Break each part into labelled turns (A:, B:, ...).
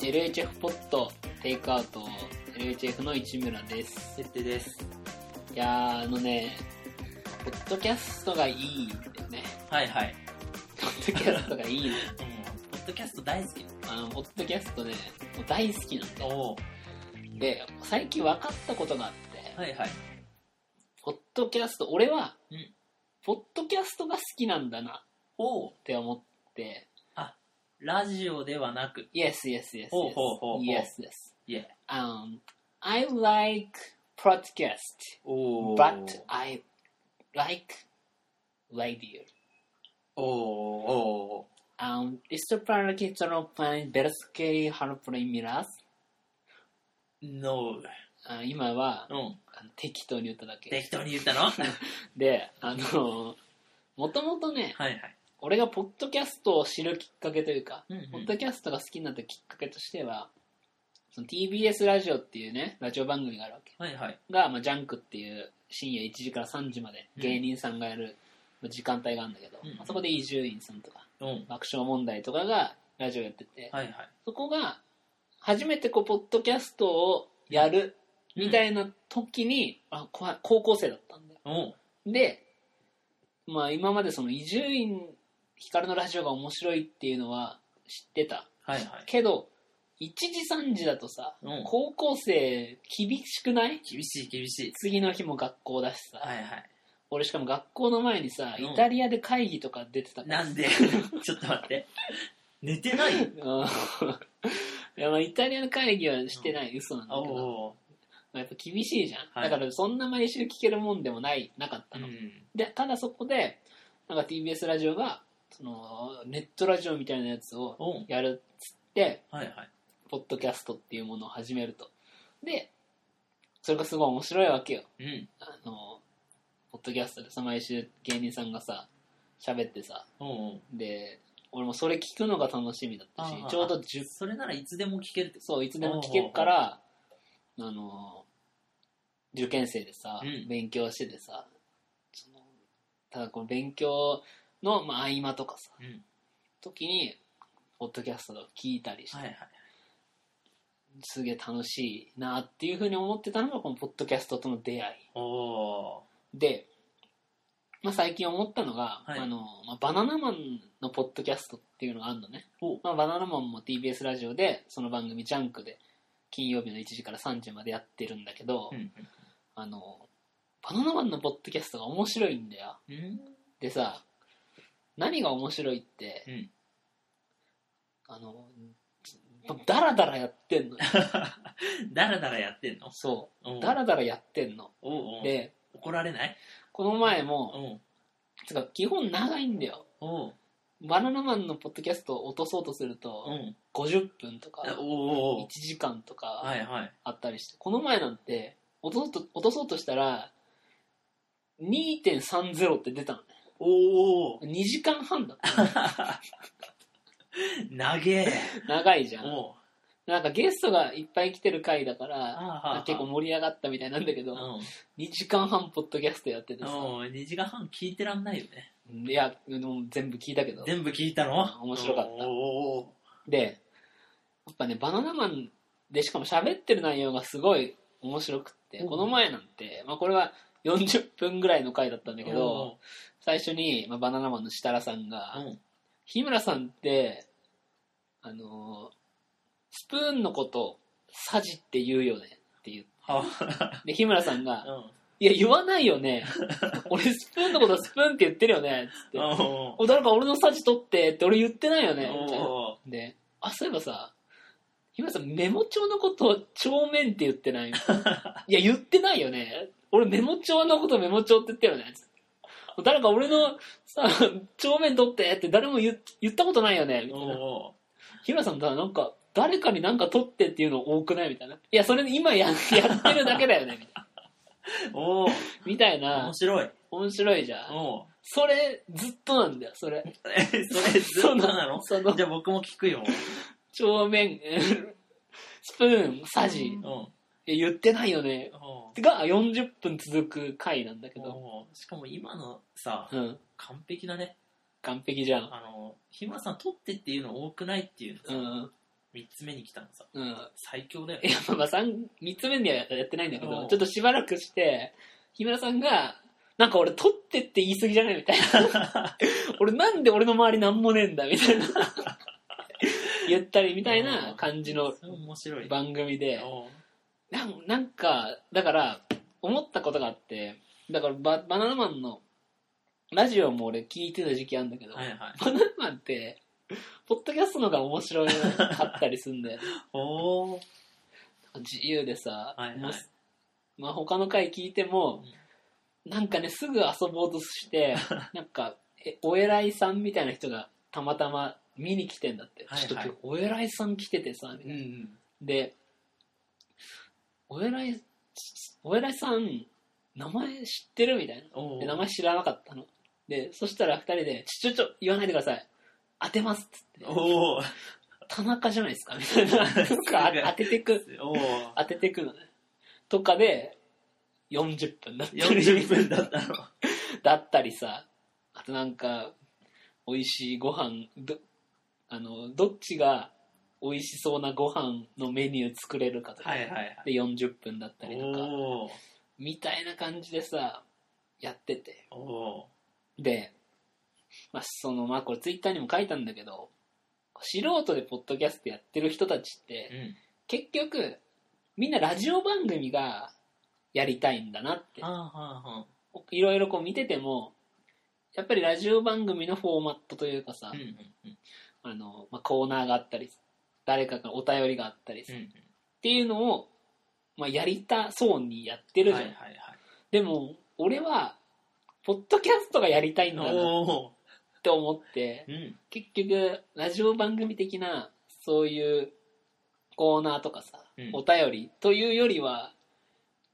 A: LHF ポットテイクアウト LHF の市村です
B: 設定です。
A: いやーあのねポッドキャストがいいんだよね
B: はいはい。
A: ポッドキャストがい いの
B: ポッドキャスト大好き。
A: あのポッドキャストねもう大好きなんだよ
B: おお。
A: で最近分かったことがあって、
B: はいはい。
A: ポッドキャスト俺は、
B: うん
A: ポッドキャストが好きなんだな
B: おお。
A: って思って
B: ラジオではなく、
A: Yes, yes, yes, yes.
B: ほうほうほうほう
A: Yes, yes.
B: いえ。
A: Um, I like podcast,
B: お
A: but I like radio.
B: おお
A: Um, para que solo pueden ver que Harper miras.
B: お。No。
A: あ今は
B: うん。
A: あの適当に言っただけ。
B: 適当に言ったのはい
A: で、あの、もともとね、
B: はい。
A: 俺がポッドキャストを知るきっかけというか、
B: うん
A: ポッドキャストが好きになったきっかけとしては、その TBS ラジオっていうね、ラジオ番組があるわけ。
B: はいはい。
A: が、まあ、ジャンクっていう深夜1時から3時まで
B: うん
A: 芸人さんがやるまあ時間帯があるんだけど、
B: うん
A: まあそこで伊集院さんとか
B: うん。
A: 爆笑問題とかがラジオやってて、
B: はいはい。
A: そこが初めてこうポッドキャストをやるみたいな時に、あこわ高校生だったんだよ
B: おお。
A: で、まあ、今までその伊集院光のラジオが面白いっていうのは知ってた
B: はいはい。
A: けど1時3時だとさ
B: うん
A: 高校生厳しくない
B: 厳しい厳しい。
A: 次の日も学校だしさ、
B: はいはい。
A: 俺しかも学校の前にさ、
B: うん
A: イタリアで会議とか出てたから
B: なんでちょっと待って。寝てない
A: うんいやまあイタリアの会議はしてない、嘘なんだ
B: お
A: けど、
B: お。
A: まあ、やっぱ厳しいじゃん、
B: はい
A: だからそんな毎週聞けるもんでもないなかった
B: う
A: の、
B: ん。
A: でただそこでなんか TBS ラジオがそのネットラジオみたいなやつを
B: おお。
A: やるっつって
B: はいはい。
A: ポッドキャストっていうものを始めるとでそれがすごい面白いわけよ
B: うん。
A: あのポッドキャストでさ毎週芸人さんがさ喋ってさ
B: おお。
A: で俺もそれ聞くのが楽しみだったし
B: ああ
A: ちょうど10
B: それならいつでも聞けるってこ
A: そういつでも聞けるからあの受験生でさ、
B: うん
A: 勉強しててさそのただこの勉強の、まあ、合間とかさ
B: と。うん。
A: 時にポッドキャストを聞いたりして、
B: はいはい。
A: すげえ楽しいなっていうふうに思ってたのがこのポッドキャストとの出会
B: おお。
A: いで、まあ、最近思ったのが、
B: はい
A: あのまあ、バナナマンのポッドキャストっていうのがあるのね
B: お
A: まあ、バナナマンも TBS ラジオでその番組「ジャンク」で金曜日の1時から3時までやってるんだけど、
B: うん。
A: あのバナナマンのポッドキャストが面白いんだよ
B: うん。
A: でさ何が面白いって、
B: うん
A: あのダラダラやってんの よ
B: だらだらやってんの
A: そ
B: お
A: う
B: う
A: ダラダラやってんの
B: おうおう
A: で
B: 怒られない
A: この前も
B: おう
A: つか基本長いんだよ
B: おう
A: バナナマンのポッドキャストを落とそうとする
B: お
A: と
B: う
A: 50分とか
B: あおうお
A: 1
B: う
A: 時間とか
B: はいはい
A: あったりして、この前なんて落とそうと落とそうとしたら2.30って出たのね
B: おうおう
A: 2時間半だった
B: 長え
A: 長いじゃん
B: おう
A: なんかゲストがいっぱい来てる回だか
B: あ
A: ら
B: はは
A: 結構盛り上がったみたいなんだけど、
B: う
A: 2時間半ポッドキャストやってて
B: ん
A: さ、
B: おう2時間半聞いてらんないよね
A: いやでも全部聞いたけど
B: 全部聞いたの
A: 面白かった
B: おうおう
A: でやっぱねバナナマンでしかも喋ってる内容がすごい面白くって、
B: うん
A: この前なんて、まあ、これは40分ぐらいの回だったんだけど、
B: おう
A: 最初に、まあ、バナナマンの設楽さんが、
B: おう
A: 日村さんってあのースプーンのことサジって言うよねって言う
B: は
A: で日村さんが
B: うん
A: いや、言わないよ ね。俺、スプーンのことスプーンって言ってるよね。つって。
B: おうおう
A: お誰か俺のサジ取ってって俺言ってないよね。みたいな
B: おう
A: で、あ、そういえばさ、日村さんメモ帳のことを帳面って言って ないいや、言ってないよね。俺メモ帳のことメモ帳って言ってるよね。つって誰か俺のさ、帳面取ってって誰も言言ったことないよね。みたい
B: お
A: な
B: うおう
A: 日村さんだなんか誰かになんか取ってっていうの多くないみたいな。いや、それ今や やってるだけだよね。みたいな
B: おう
A: みたいな
B: 面。白い
A: 面白いじゃん。
B: おう
A: それ、ずっとなんだよ、それ。
B: それずっとなの
A: その
B: じゃあ僕も聞くよ
A: 帳面、スプーン、サジ。
B: うん
A: いいや言ってないよね。
B: お
A: が40分続く回なんだけ
B: う
A: ど。
B: おうしかも今のさ、
A: うん。
B: 完璧だね。
A: 完璧じゃん。
B: あの、日村さん撮ってっていうの多くないっていうの
A: う
B: さ、
A: ん。
B: 3つ目に来たのさ、
A: うん。
B: 最強だよ
A: い。や、まあまあ、三三つ目にはやってないんだけ
B: う
A: ど、
B: ん
A: ちょっとしばらくして、日村さんが、なんか俺撮ってって言い過ぎじゃないみたいな。 俺なんで俺の周りなんもねえんだみたいな。言ったりみたいな感じの
B: それ面白い。
A: 番組で。
B: おう
A: なんなんか、だから、思ったことがあって、だからババナナマンの、ラジオも俺聞いてた時期あるんだけど、
B: はいはい。
A: バナナマンって、ポッドキャストの方が面白いかったりすんだよ。
B: おー
A: 自由でさ、
B: はい
A: も
B: は
A: う
B: い。
A: まあ、他の回聞いても、なんかね、すぐ遊ぼうと して、なんか、えお偉いさんみたいな人がたまたま見に来てんだって。
B: はいはい
A: ちょっと今日、お偉いさん来ててさ、みたい
B: うん
A: な
B: うん。
A: で、お偉い、お偉いさん、名前知ってるみたい
B: お
A: な。
B: う
A: で名前知らなかったの。で、そしたら二人で、ちょ、ちょ、ちょ、言わないでください。当てますっつって。
B: おお
A: 田中じゃないですかみたいな。なんか当ててく。
B: お ー
A: 当ててくのね。とかで、40分だったり。
B: 40分だっ たの。
A: だったりさ。あとなんか、美味しいご飯、ど、あの、どっちが美味しそうなご飯のメニュー作れるかとか。
B: はいはいはい。
A: で、40分だったりとか。
B: おー
A: みたいな感じでさ、やってて。
B: お
A: で、まあ、その、まあ、これツイッターにも書いたんだけど、素人でポッドキャストやってる人たちっ
B: ー
A: て、
B: うん。
A: 結局、みんなラジオ番組がやりたいんだなって
B: あー。はーはい
A: ろいろこう見てても、やっぱりラジオ番組のフォーマットというかさ、
B: ーうんうんうん。
A: あの、まあ、コーナーがあったり、誰かからお便りがあったりさ、
B: う
A: っ
B: ん
A: ていうのを、まあ、やりたそうにやって
B: う
A: る
B: ん。
A: じ
B: は
A: ゃ
B: い
A: ん。
B: はいはい。
A: でも、俺は、ポッドキャストがやりたいんだなっ
B: おお
A: て思って、
B: うん。
A: 結局、ラジオ番組的な、そういうコーナーとかさ、
B: うん
A: お便りというよりは、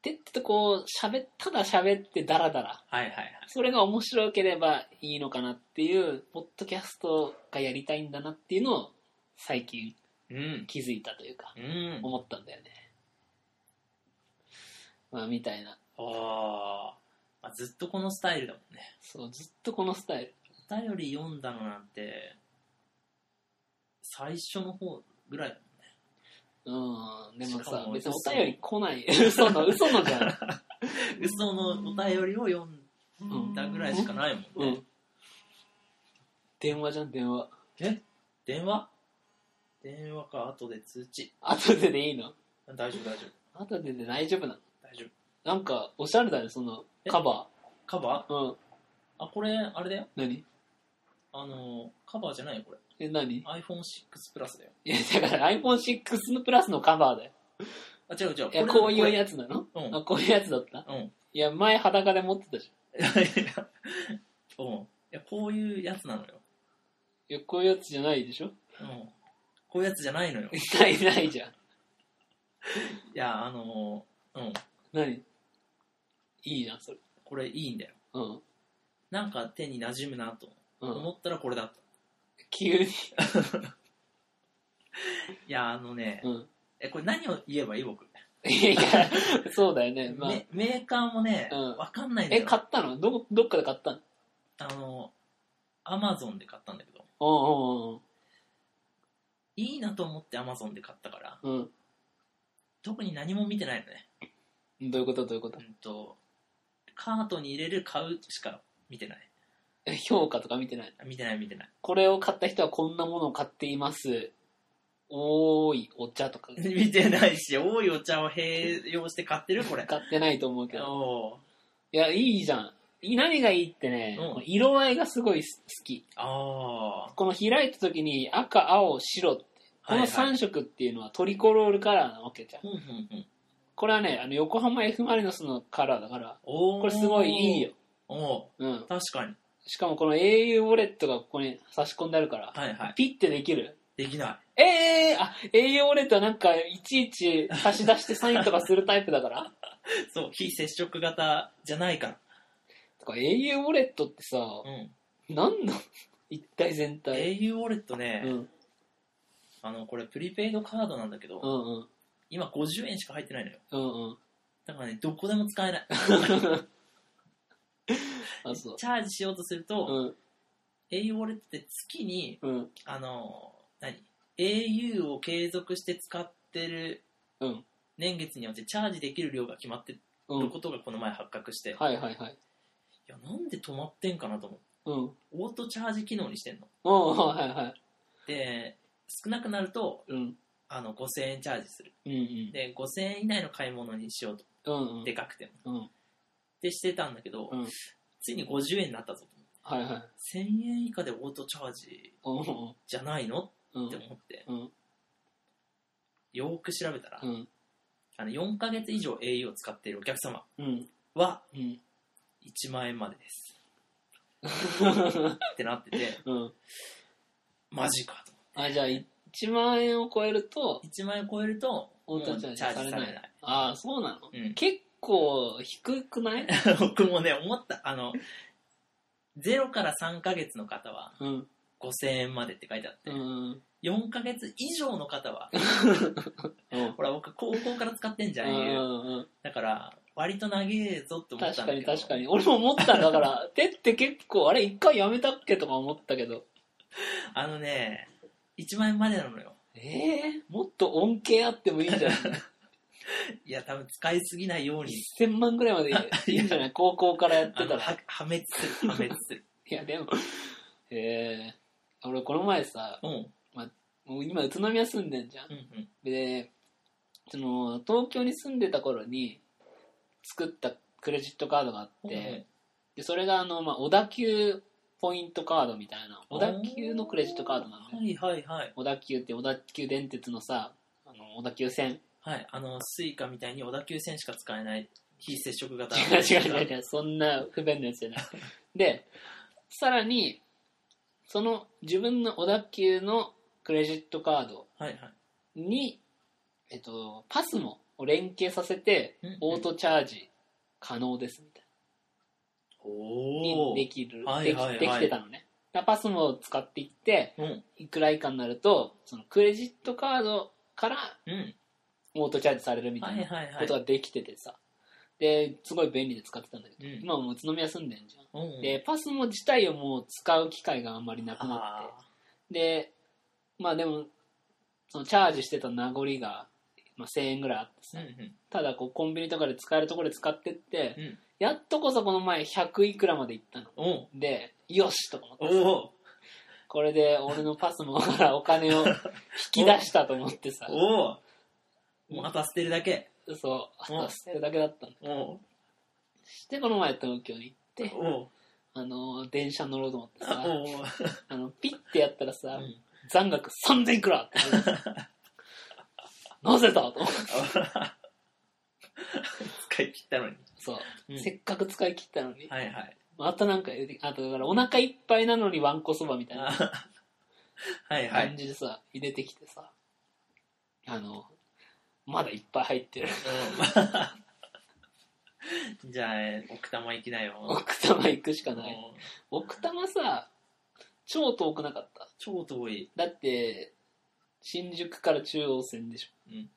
A: てってとこう、喋っ、ただ喋ってダラダラ。
B: はいはいはい。
A: それが面白ければいいのかなっていう、ポッドキャストがやりたいんだなっていうのを、最近
B: うん。
A: 気づいたというか、
B: うん。
A: 思ったんだよね。まあ、みたいな。
B: ああ。ずっとこのスタイルだもんね。
A: そう、ずっとこのスタイル。
B: お便り読んだのなんて、最初の方ぐらいだもん
A: うん、
B: ね。
A: でも
B: しか
A: さ、
B: も
A: 別にお便り来ない。 嘘の、嘘のじゃん。
B: 嘘のお便りを読んだぐらいしかないもんね。
A: うん。電話じゃん、電話。
B: え電話電話か、後で通知。
A: 後ででいいの
B: 大丈夫、大丈夫。
A: 後でで大丈夫なの
B: 大丈夫。
A: なんか、おしゃれだね、その、カバ
B: カバ
A: ー。うん。
B: ーあ、これ、あれだよ。
A: 何
B: あの、カバーじゃないよ、これ。
A: え、何
B: iPhone6 プラスだよ。
A: いや、だから iPhone6 のプラスのカバーだよ。
B: あ、違う違う。
A: いや、
B: れ
A: こういうやつなの
B: これうん
A: あ、こういうやつだった
B: うん。
A: いや、前裸で持ってたじ
B: いやいやうん。いや、こういうやつなのよ。
A: ゃん。いや、こういうやつじゃないでしょ
B: うん。こういうやつじゃないのよ。い
A: ない、ないじゃん。
B: や、あのうん。
A: 何いいじゃん、それ。
B: これいいんだよ。
A: うん。
B: なんか手に馴染むなと
A: うん。
B: 思ったらこれだっ
A: 急に。
B: た。いや、あのね、
A: うん。
B: え、これ何を言えばいい僕。
A: いやいや、そうだよね。まあ。
B: メメーカーもね、
A: うん
B: わかんないんだ
A: え、
B: よ。
A: 買ったのどこ、どっかで買ったの
B: あの、アマゾンで買ったんだけど、
A: うん
B: いいなと思ってアマゾンで買ったから、
A: うんうん。うん。ど
B: 特に何も見てないのね。
A: ういうことどういうこと
B: うんと、カートに入れる買うしか見てない。
A: え 評価とか見てない
B: あ見てない見てない。
A: これを買った人はこんなものを買っています。おーい、お茶とか。
B: 見てないし、多いお茶を併用して買ってるこれ。
A: 買ってないと思うけど。
B: おー
A: いや、いいじゃん。い何がいいってね、
B: うん
A: 色合いがすごい好き。
B: あ
A: この開いた時に赤、青、白って、
B: ー。
A: この3色っていうのはトリコロールカラーなわけじゃん。
B: はいはいうんうんうん。
A: これはね、あの横浜 F ・マリノスのカラーだから、
B: おー
A: これすごいいいよ。。
B: おー
A: うん。
B: 確かに。
A: しかもこの au ウォレットがここに差し込んであるから、
B: はいはい。
A: ピッてできる。
B: できない。
A: ええー、あ、au ウォレットはなんかいちいち差し出してサインとかするタイプだから。
B: そう、非接触型じゃないから。
A: とか au ウォレットってさ、
B: うん。
A: なんなの一体全体。
B: au ウォレットね、
A: うん、
B: あの、これプリペイドカードなんだけど、
A: うん、うん。
B: 今50円しか入ってないのよ。
A: うんうん。
B: だからね、どこでも使えない。
A: あ、そう。
B: チャージしようとすると、
A: うん、
B: au ウォレットって月に、
A: うん、
B: あの、何 ?au を継続して使ってる
A: うん
B: 年月によってチャージできる量が決まって
A: う
B: る
A: ん。
B: ことがこの前発覚して、い
A: はいはいはい。
B: や、なんで止まってんかなと思う。
A: うん。うん、
B: オートチャージ機能にしてんの。
A: はいはい。
B: で、少なくなると、
A: うん、
B: あの、5000円チャージする。
A: うん、うん。
B: で、5000円以内の買い物にしようと。
A: うん、うん
B: で。かくても。
A: うん、
B: ってしてたんだけど、
A: うん
B: ついに50円になったぞと思って。
A: はいはい。
B: 1000円以下でオートチャージ
A: うん、
B: じゃないの
A: うん、うん
B: って、思って、
A: うん、
B: よーく調べたら、
A: うん、
B: あの4ヶ月以上 au を使っているお客様
A: うん、
B: は
A: うん。
B: 1万円まで です。ってなってて、
A: うん。
B: マジかと。
A: あ、じゃあ、1万円を超えると、
B: 1万円超えると、
A: オートチャージされない
B: もう
A: ああ、そうなの
B: うん
A: 結構低くない
B: 僕もね、思った。あの、0から3ヶ月の方は
A: うん、
B: 5000円までって書いてあって、
A: うん、
B: 4ヶ月以上の方は、
A: うん。
B: ほら、僕高校から使ってんじゃん、au
A: うんうん
B: だから、割と長えぞって思っ
A: 確
B: た
A: か
B: んだけ
A: に
B: ど。
A: 確かに。俺も思ったんだから、 手って結構、あれ一回やめたっけとか思ったけど。
B: あのね、1万円までなのよ。
A: ええもっと恩恵あってもいいんじ ゃない
B: いや、多分使いすぎないように、
A: ?1000 万ぐらいまでいいんじゃない高校からやって
B: あ
A: た
B: の
A: ら。
B: は破滅する、破滅する。
A: いや、でも、ええ俺この前さ、
B: うん、うん、
A: もう今宇都宮住んでんじゃん。
B: うん。
A: で、その、東京に住んでた頃に作ったクレジットカードがあって、でそれがあの、まあ、小田急ポイントカードみたいな小田急のクレジットカードなんだよ
B: はいはいはい。
A: 小田急って小田急電鉄のさあの小田急線
B: はい、あの、スイカみたいに小田急線しか使えない非接触型。
A: 違う違う違う違うそんな不便なやつじゃないでさらにその自分の小田急のクレジットカード
B: はいはい。
A: に、えっと、パスモを連携させて
B: うんうん
A: オートチャージ可能ですみたいな
B: お
A: に
B: ー。
A: できる
B: はい
A: でき
B: はいはい
A: できてたのねだからパスモを使っていって
B: うん、
A: いくら以下になるとそのクレジットカードから
B: うん。
A: オートチャージされるみた
B: はいい
A: な
B: はいは
A: こ
B: い
A: と。ができててさ、ですごい便利で使ってたんだけど、
B: うん
A: 今はもう宇都宮住んでんじゃん、
B: うん
A: でパスモ自体をもう使う機会があんまりなくな
B: あ
A: ってでまあでもそのチャージしてた名残が、まあ、1000円ぐらいあって
B: ー
A: さ、
B: うん
A: ただこうコンビニとかで使えるところで使ってって、
B: うん
A: やっとこそこの前100いくらまで行ったの
B: うん。お
A: でよしとか思って
B: お
A: これで俺のパスモからお金 を引き出したと思ってさ
B: おおおまた捨てるだけ。
A: そうあ
B: うん
A: と捨てるだけだったんだ
B: おう
A: してこの前東京に行って
B: おう
A: あの電車乗ろうと思ってさ
B: おう
A: あのピッてやったらさ、
B: うん
A: 残額3000いくらって出てきたなぜだと思って
B: 使い切ったのに。
A: そう、
B: うん
A: せっかく使い切ったのに、
B: はいはい。
A: またなんか出てきあとだからお腹いっぱいなのにわんこそばみたいな
B: あはいは
A: 感
B: い。
A: じでさ、入れてきてさあのまだいっぱい入ってる
B: うん じゃあ、奥多摩行きなよ。
A: 奥多摩行くしかない
B: もう
A: 奥多摩さ超遠くなかった
B: 超遠い。
A: だって新宿から中央線でしょ、
B: うん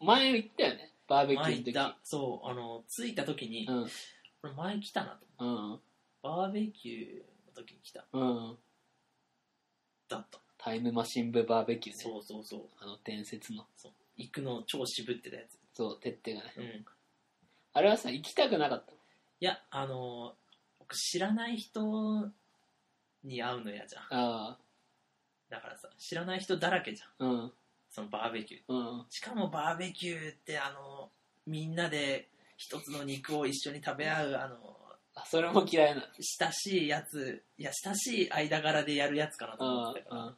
A: 前行ったよねバーベキュ
B: 前
A: ー
B: 行っ
A: の時
B: た。そう、あの、着いた時に、
A: うん
B: これ前来たなと。
A: うん
B: バーベキューの時に来た。
A: うん
B: だった。
A: タイムマシン部バーベキューね
B: そうそうそう。
A: あの伝説の
B: 行くの超渋ってたやつ。
A: そう徹底がね
B: うん。い
A: あれはさ行きたくなかった
B: や、あの、僕知らない人に会うの嫌じゃん。
A: あ
B: だからさ、知らない人だらけじゃん。
A: あうん
B: そのバーベキュー。
A: うん
B: しかもバーベキューって、あの、みんなで一つの肉を一緒に食べ合う、あの、
A: あそれも嫌いな
B: 親しいやつ、いや、親しい間柄でやるやつかなと思
A: あ
B: ってたか
A: あ
B: ら。
A: あ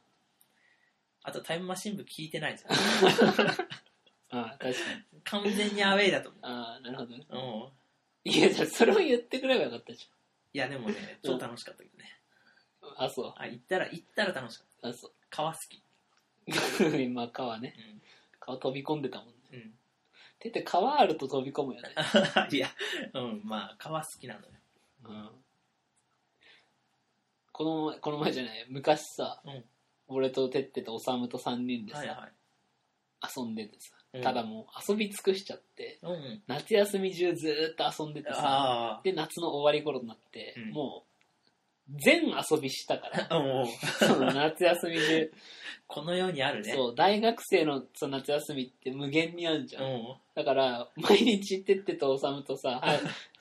B: あと、タイムマシン部聞いてないじゃん。
A: あ確かに
B: 完全にアウェイだと
A: ああなるほどね
B: 思う。うん。
A: いやじゃあそれを言ってくればよかったじ
B: いや、でもね、
A: うん
B: 超楽しかったけどね。
A: ゃんあそう
B: あ、行ったら、行ったら楽しかっ
A: あそう
B: た。川好き。
A: 今川ね
B: う
A: 川飛び込んでたもんね
B: ん。うん。
A: てって川あると飛び込むよね
B: いや、うん、まあ、川好きなのよ。
A: うんこの前この前じゃない昔さ、
B: うん
A: 俺とてってとおさむと3人でさ、
B: はいはい。
A: 遊んでてさ、
B: ううん
A: ただもう遊び尽くしちゃって、
B: うん。
A: 夏休み中ずーっと遊んでてさ、
B: あ
A: で、夏の終わり頃になって、
B: うん
A: もう、全遊びした から、
B: あ。もう、
A: その夏休み中、
B: この世にある ね。
A: そう、大学生のその夏休みって無限にあるじゃん。
B: うん。
A: だから、毎日てってとおさむとさ、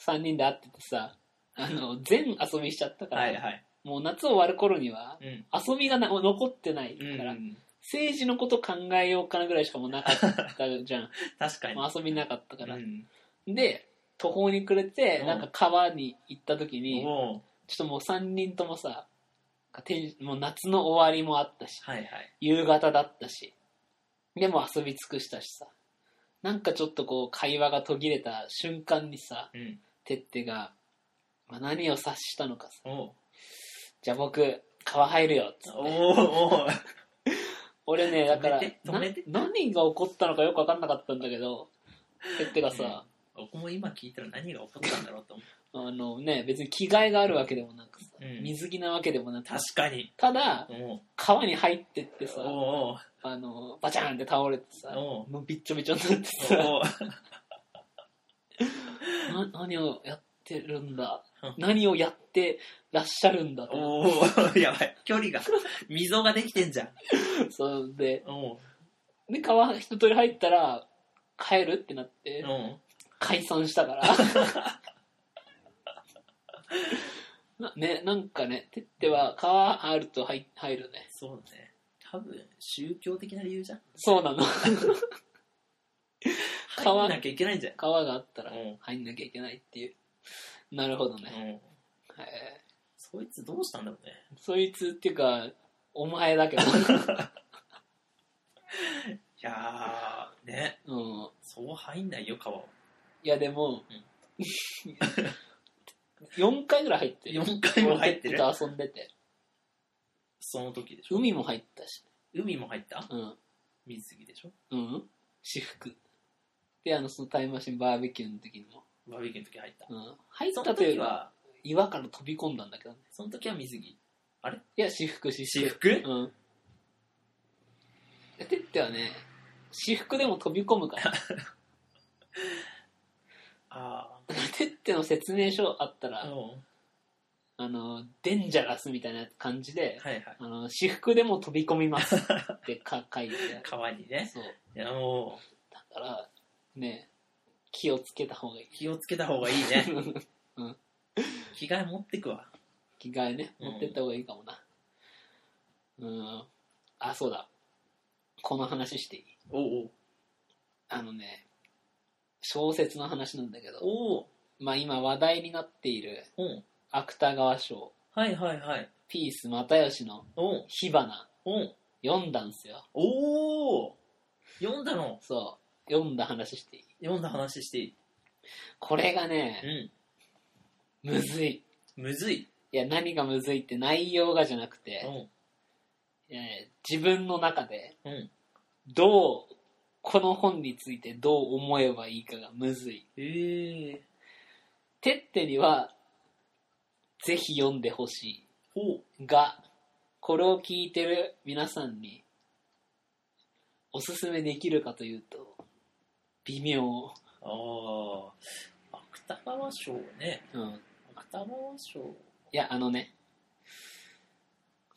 A: 3人で会っててさ、あの、全遊びしちゃったから、
B: はいはい。
A: もう夏終わる頃には、
B: うん。
A: 遊びがな残ってないか
B: う
A: ら、
B: ん。
A: 政治のこと考えようかなぐらいしかもうなかった じゃん。
B: 確かに。
A: もう遊びなかったから
B: う。ん。
A: で、途方に暮れて、
B: うん
A: なんか川に行った時に、ちょ
B: おう
A: っともう3人ともさ、テンもう夏の終わりもあったし、
B: はいはい。
A: 夕方だったし、でも遊び尽くしたしさ、なんかちょっとこう会話が途切れた瞬間にさ、
B: うん。
A: てってが、まあ、何を察したのかさ、
B: おう
A: じゃあ僕、川入るよ、つって。
B: おうおう
A: 俺ね、だから
B: 止めて、止めて
A: な何が起こったのかよく分かんなかったんだけど、てってがさ、
B: 僕も今聞いたら何が起こったんだろうと思う。
A: あのね、別に着替えがあるわけでもなくさ、
B: うん
A: 水着なわけでもなく
B: 確かに。
A: ただ、
B: おう
A: 川に入ってってさ、
B: おう
A: あの、バチャンって倒れてさ、
B: おう
A: もうびっちょびちょになってさ、
B: おう
A: な何をやってるんだ
B: うん、
A: 何をやってらっしゃるんだと。
B: おおやばい。距離が、溝ができてんじゃん。
A: そうで、
B: おう
A: で、川一通り入ったら、帰るってなって、
B: おう
A: 解散した から。なね、なんかね、てっては川あると入入るね。
B: そうだね。多分、宗教的な理由じゃん。
A: そうなの。川
B: 入んなきゃいけないんじゃん。
A: 川があったら
B: うん
A: 入んなきゃいけないっていう。なるほどね。
B: うん。
A: はい
B: そいつどうしたんだろうね。
A: そいつっていうか、お前 だけど。
B: いやー、ね。
A: うん、
B: そう入んないよ、川を。
A: いやでも
B: うん、
A: 4回ぐらい入ってる。
B: 4回も入ってる。
A: 俺と遊んでて。
B: その時でしょ。
A: 海も入ったし。
B: 海も入った
A: うん。
B: 水着でしょ。
A: うん。私服。で、あの、そのタイムマシンバーベキューの時にも。
B: バーベキューの時入った。
A: うん。入っ
B: そ
A: た
B: の
A: という
B: 時
A: か、
B: は、
A: 岩から飛び込んだんだけどね。
B: その時は水着。
A: いや、私服、私服。
B: 私服
A: うん。やってってはね、私服でも飛び込むから。
B: あ
A: てっての説明書あったら、
B: あ。うん。
A: あの、デンジャラスみたいな感じで、
B: はいはい。
A: あの、私服でも飛び込みますってか書いてあ
B: 川に
A: る。
B: ね。
A: そう。
B: いや、も、。
A: だから、ね、気をつけた方がいいう
B: 気をつけた方がいい ね。
A: うん
B: 着替え持ってくわ。
A: 着替えね、
B: うん
A: 持ってった方がいいかもな。うん。あ、そうだ。この話していい
B: おうおう
A: あのね、小説の話なんだけど、
B: おお
A: まあ今話題になっている
B: うん。
A: 芥川賞、
B: はいはいはい。
A: ピース又吉の
B: おう
A: 火花、
B: おう
A: 読んだんすよ。
B: おお読んだの
A: そう、読んだ話していい
B: 読んだ話していい
A: これがね、
B: う
A: むずい。
B: ん。むずい。
A: いや、何がむずいって内容がじゃなく
B: う
A: て、
B: ん。
A: えー自分の中で、
B: うん。
A: どう、この本についてどう思えばいいかがむずい。
B: ええ
A: てってには、ぜひ読んでほし
B: ほう。
A: い。が、これを聞いてる皆さんに、おすすめできるかというと、微妙。
B: ああ。芥川賞ね。
A: うん。
B: 芥川賞。
A: いや、あのね、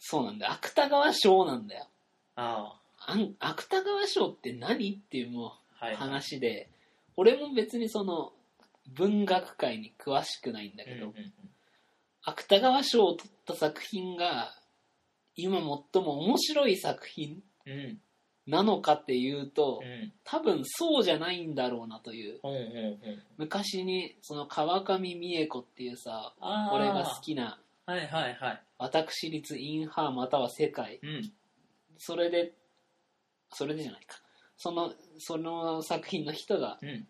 A: そうなんだよ。芥川賞なんだよ。
B: あ
A: あん芥川賞って何っていうも
B: あ。は
A: う
B: い。
A: 話で、俺も別にその文学界に詳しくないんだ
B: う
A: け
B: ん
A: ど、
B: うんうん
A: 芥川賞を取った作品が今最も面白い作品
B: うん。
A: なのかっていうと
B: う、ん。
A: 多分そうじゃないんだろうなという
B: うんうんうん。
A: 昔にその川上美恵子っていうさ
B: ああ。
A: 俺が好きな
B: はいはいはい。
A: 私立インハーまたは世界
B: うん。
A: それで、それでじゃないか。その、その作品の人が、
B: うん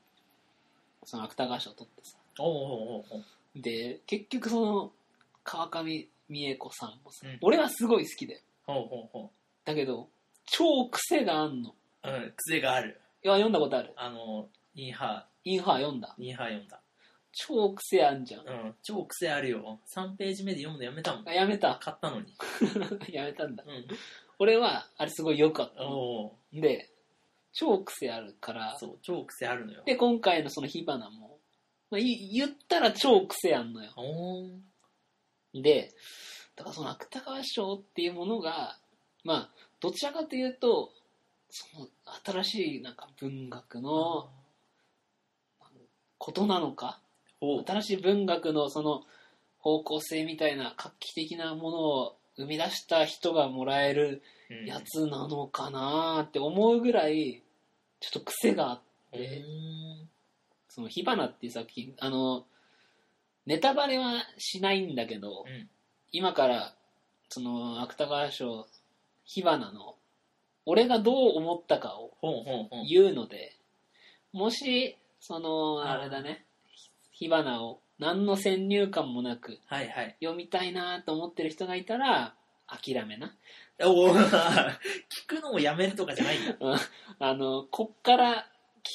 A: その芥川賞を取ってさ。
B: おおおうおう
A: で、結局その、川上美恵子さんもさ、
B: うん
A: 俺はすごい好きだよ。
B: おうおうおうおう
A: だけど、超癖があんの。
B: うん。癖がある。
A: いや、読んだことある。
B: あの、インハ
A: インハー読んだ。
B: ー、インハー読んだ。
A: 超癖あんじゃん。
B: うん。超癖あるよ。3ページ目で読むのやめたもん。
A: あやめた。
B: 買ったのに。
A: やめたんだ。
B: うん。
A: 俺は、あれすごい良かった
B: お
A: の。
B: お
A: で、超癖あるから。
B: そう、超癖あるのよ。
A: で、今回のその火花も、まあ、い言ったら超癖あんのよ。
B: おー
A: で、だからその芥川賞っていうものが、まあ、どちらかというと、その新しいなんか文学のことなのか、
B: おう
A: 新しい文学のその方向性みたいな画期的なものを生み出した人がもらえる
B: うん
A: やつなのかなって思うぐらい、ちょっと癖があって
B: うーん
A: その火花っていう作品、あの、ネタバレはしないんだけど、
B: うん
A: 今から、その、芥川賞、火花の、俺がどう思ったかを
B: ほうほうほう。
A: 言うので、もし、その、
B: あ
A: あ
B: ー
A: れだね、火花を何の先入観もなく
B: はいはい。
A: 読みたいなと思ってる人がいたら、諦めな。
B: おー聞くのをやめるとかじゃないんだ。
A: あの、こっから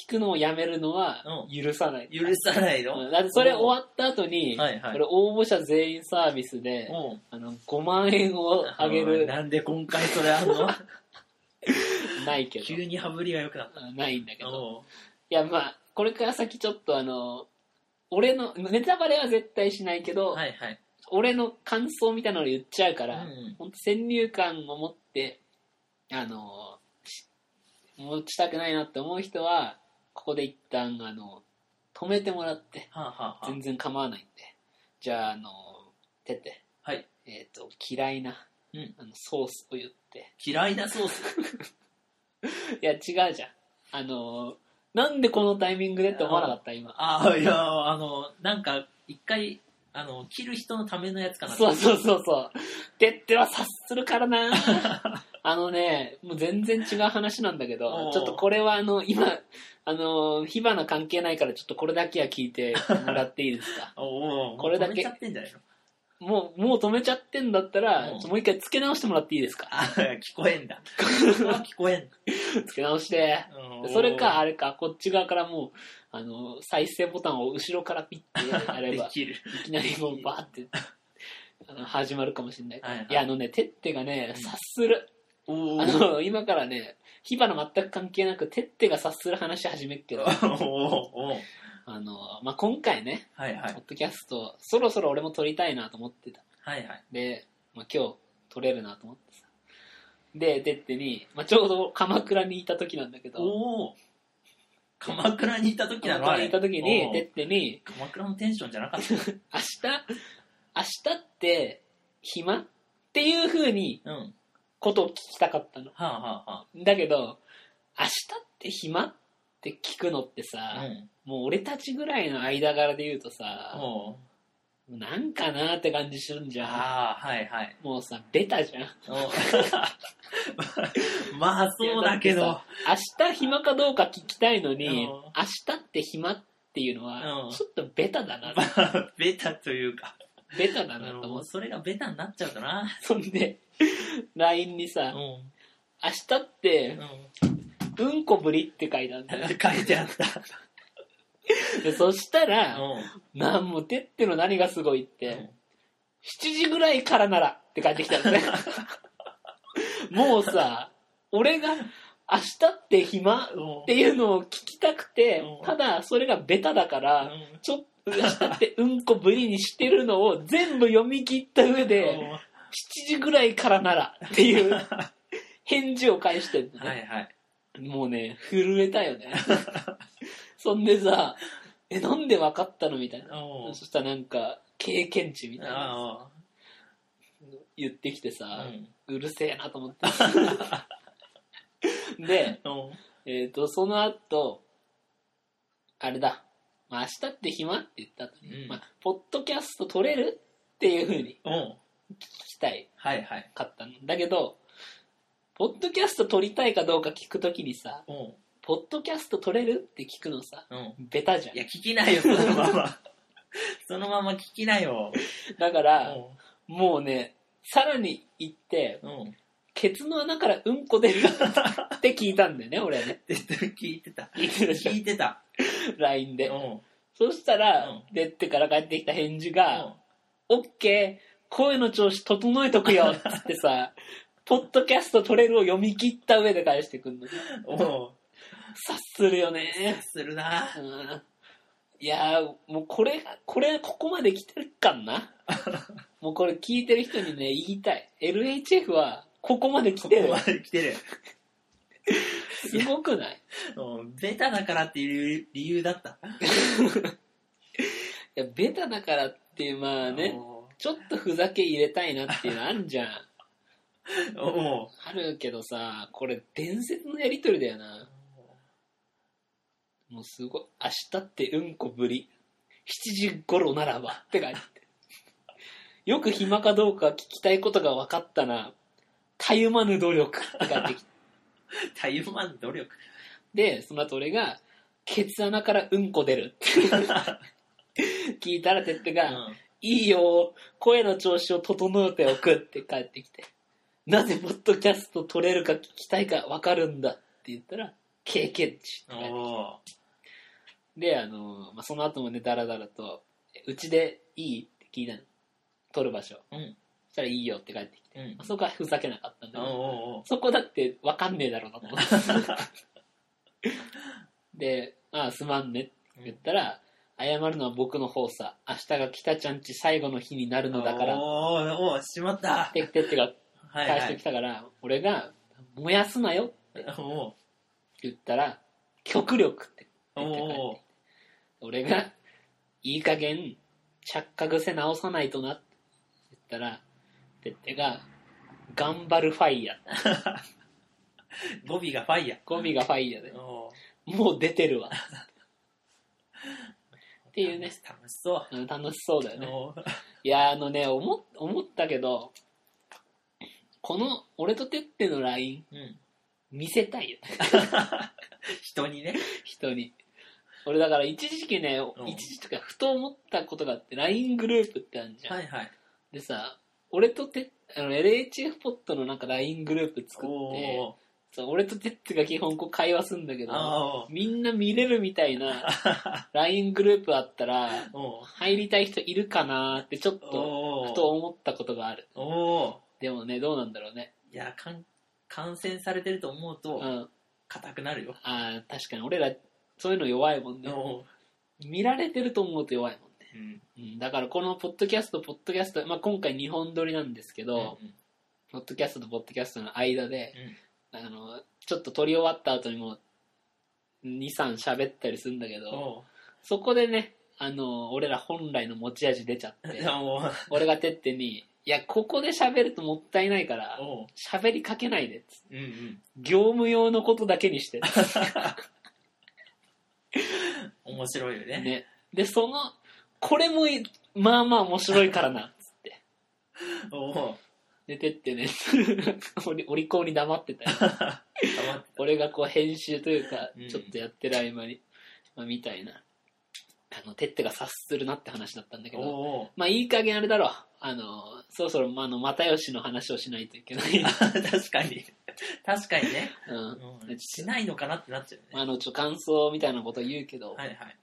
A: 聞くのをやめるのは許さない。
B: 許さないの
A: うんだってそれ終わった後に、
B: はいは
A: こ
B: い。
A: れ応募者全員サービスで、
B: おう
A: あの、5万円をあげ
B: うん
A: る、
B: なんで今回それあん の
A: ないけど、
B: 急に羽振りが良くなっ
A: うんないんだけ
B: た。
A: ど。
B: おう
A: いや、まあ、これから先ちょっとあの、俺の、ネタバレは絶対しないけど、
B: はいはい。
A: 俺の感想みたいなのを言っちゃうか
B: う
A: ら、
B: ん
A: ほんと先入観を持って、あの、し持ちたくないなって思う人は、ここで一旦、あの、止めてもらって、
B: はあ、はあは
A: 全然構わないんで。じゃあ、あの、てて、
B: あ、はい。
A: えっ、と、嫌いな、
B: うん
A: あのソースを言って、
B: 嫌いなソ ース。
A: いや、違うじゃん。あのー、なんでこのタイミングでって思わなかった、今。
B: ああ、いや、あの、なんか、一回、あの、切る人のためのやつかなと
A: そうそうそうそう。てっては察するから な。あのね、もう全然違う話なんだけ
B: お
A: ど
B: う、。
A: ちょっとこれはあの、今、あのー、火花関係ないから、ちょっとこれだけは聞いてもらっていいですか
B: おうおう
A: これだけ
B: もう止めちゃってんじゃないの
A: もう、もう止めちゃってんだったら、
B: うん
A: ちょもう一回付け直してもらっていいですか。
B: あー聞こ えんだ。そこは聞こえん。
A: 付け直して。
B: うん
A: それか、、あれか、こっち側からもう、あのー、再生ボタンを後ろからピッてやれ
B: で
A: ば、
B: きる。
A: いきなりもうバーって、あの、始まるかもしれないから。
B: はい
A: い
B: はい
A: や、あのね、てってがね、
B: うん
A: 察する。
B: お
A: あ
B: ー
A: の、今からね、火花全く関係なく、てってが察する話始めっけど、
B: おーおー
A: あの、まあ、今回ね、
B: はいは
A: ポ
B: い
A: ッ。ドキャスト、そろそろ俺も撮りたいなと思ってた。
B: はいはい。
A: で、まあ、今日、撮れるなと思ってさ。で、てってに、まあ、ちょうど鎌倉にいた時なんだけど、
B: おお鎌倉に行った時な
A: 鎌
B: のあ
A: 倉に
B: れ
A: いた時
B: お
A: に、
B: う
A: てってに、
B: 鎌倉のテンションじゃなかった。
A: 明日、明日って、暇っていう風に、
B: うん。は
A: ことを聞きたかったの。
B: あはあは
A: だけど、明日って暇って聞くのってさ
B: あ。、うん。
A: もう俺たちぐらいの間柄で言うとさ、
B: おう
A: なんかなって感じするんじゃん。
B: ああ、はいはい。
A: もうさ、ベタじゃん。
B: おう まあ、そうだけ
A: いや
B: ど。
A: だってさ明日暇かどうか聞きたいのに、
B: うん
A: 明日って暇っていうの
B: うん
A: は、ちょっとベタだな、
B: ベタというか。
A: ベタだなと
B: も
A: 思っ
B: う
A: て。
B: それがベタになっちゃうとな。
A: そんで、LINE にさ、
B: ん。
A: 明日って、
B: う
A: うんこぶりって書いたんだよ
B: ん。。書いてあった。
A: でそしたら、
B: う
A: なんもてっての何がすごいって、
B: ん。
A: 7時ぐらいからならって帰ってきたの ね。もうさ、俺が明日って暇っていうのを聞きたくて
B: う、ん
A: ただそれがベタだから、ちょっと明日ってうんこぶりにしてるのを全部読み切った上で、7時ぐらいからならって いう返事を返してんの
B: は
A: ね。
B: いはい。
A: もうね、震えたよね。そんでさ、え、なんで分かったのみたいな。
B: お
A: そしたらなんか、経験値みたいな。
B: あ
A: 言ってきて
B: あ。
A: さ
B: う、ん。
A: うるせえなと思 って。で、えっ、と、その後、あれだ、まあ、明日って暇って言った後に、
B: うん
A: まあ、ポッドキャスト撮れるっていう風に
B: おう
A: 聞きたい
B: はいはい。
A: かったんだけど、ポッドキャスト撮りたいかどうか聞くときにさ、
B: おう
A: ポッドキャスト撮れるって聞くのさ、
B: うん。
A: ベタじゃん
B: いや、。聞きないよ、そのまま。そのまま聞きないよ。
A: だか
B: う
A: ら、もうね、さらに行って、
B: ん。うん。
A: ケツの穴からうんこ出 るって聞いたんだよね、俺はね。
B: 絶対聞いてた。
A: 聞いてたじゃん
B: 聞いてた。
A: LINE
B: うん
A: で。。そしたら、
B: うん
A: 出てから帰ってきた返事が、オッケー、声の調子整えとくよっ つってさ、ポッドキャスト撮れるを読み切った上で返してくんの。
B: うんおう
A: 察するよね。
B: するな
A: うんいやー、もうこれが、これ、ここまで来てるかん な。もうこれ聞いてる人にね、言いたい。LHF は、ここまで来
B: こ
A: て
B: こ
A: る
B: ま。で来てる。
A: すごくない
B: うんベタだからっていう理由だった。
A: いや、ベタだからっていう、まあね、
B: も
A: ちょっとふざけ入れたいなっていうのあんじゃん。
B: う。も
A: あるけどさ、これ伝説のやりとりだよな。もうすごい、明日ってうんこぶり。7時頃ならば。って書いてあってよく暇かどうか聞きたいことが分かったな。たゆまぬ努力。って書いてきて。
B: うたゆまん努力。
A: で、その後俺が、ケツ穴からうんこ出るって。聞いたら、てって
B: う
A: が、
B: ん。
A: いいよ、声の調子を整えておくって帰ってきて、なぜポッドキャスト取れるか聞きたいか分かるんだって言ったら、経験値って書いて。
B: お
A: で、あの、まあ、その後もね、ダラダラと、えうちでいいって聞いたの。取る場所。
B: ーうん。
A: そしたらいいよって帰ってきて。
B: うん
A: まあ。そこはふざけなかったんだ
B: おー
A: けど、
B: お
A: そこだって分かんねえだろうなと思って。 で、ああ、すまんね
B: ー
A: 言ったら、謝るのは僕の方さ。明日が北ちゃんち最後の日になるのだから。
B: おーおーしまった。
A: てってってが
B: はい
A: 返
B: は
A: して
B: い
A: き。たから、俺が、燃やすなよって
B: おー
A: 言ったら、極力って
B: おー
A: 言って帰って
B: おー
A: 俺が、いい加減、着火癖直さないとなって言ったら、てってが、頑張るファイヤー。
B: 語尾がファイヤ
A: ゴミがファイヤーで
B: ー。。おー
A: もう出てるわ。ていうね。
B: 楽しそ
A: うん楽しそうだよ
B: う。
A: ね。
B: おー
A: いや、あのね、思っ思ったけど、この、俺とてっての LINE、
B: うん。
A: 見せたいよ。
B: 人にね。
A: 人に。俺だから一時期ね、
B: ん
A: 一時期とかふと思ったことがあって、LINE グループってあるじゃん。
B: はいはい。
A: でさ、俺とて、あの、LHF ポットのなんか LINE グループ作っ
B: お
A: て、
B: ー
A: そう俺とてってが基本こう会話すんだけど、
B: あ
A: みんな見れるみたいな LINE グループあったら
B: ー、 おー
A: 入りたい人いるかなーってちょっと、
B: お
A: ふ
B: ー
A: と思ったことがある。
B: おー
A: でもね、どうなんだろうね。
B: いや、かん感染されてると思う
A: うん。
B: と、
A: あ
B: 硬くなるよ。
A: あー、確かに俺ら、そういうの弱いもんね。
B: おー
A: 見られてると思うと弱いもんね。
B: うん。
A: うんだからこのポッドキャスト、ポッドキャスト、まあ、今回2本撮りなんですけど、
B: うん
A: ポッドキャストとポッドキャストの間で、あの、ちょっと撮り終わった後にも、2、3喋ったりするんだけ
B: うん
A: ど、
B: お
A: そこでね、あの、俺ら本来の持ち味出ちゃっ
B: ー
A: て
B: い、やもう
A: 俺がてってに、いや、ここで喋るともったいないから、
B: おう
A: 喋りかけないでっつって、
B: うんうん。
A: 業務用のことだけにして、
B: 面白いよね。
A: ね。で、その、これもい、まあまあ面白いからな、つって。
B: おお
A: 出てってね、 おりお利口に黙ってたよ。
B: 黙って
A: 俺がこう編集というか
B: うん、
A: ちょっとやってる合間に、まあ、みたいな。あの、てってが察するなって話だったんだけ
B: お
A: ど、
B: お
A: まあいい加減あれだろう。あの、そろそろ、まあ、あの、又吉の話をしないといけない。
B: 確かに。確かにね。
A: うん。
B: うんしないのかなってなっちゃうよ
A: まあ、あの、ちょ、感想みたいなことを言うけど、
B: ね。はいはい。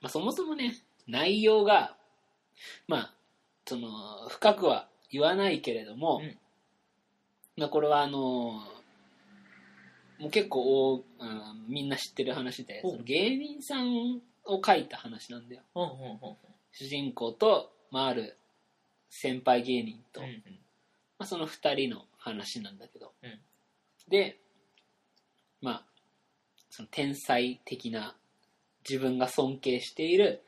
A: まあそもそもね、内容が、まあ、その、深くは言わないけれども、
B: うん
A: まあこれはあのもう結構大、うんみんな知ってる話で、
B: ほう
A: その芸人さんを書いた話なんだよ。
B: ほんほんほん
A: 主人公と、まあ、ある先輩芸人と、
B: ほん。うん
A: まあ、その二人の話なんだけど、
B: うん
A: でまあその天才的な自分が尊敬している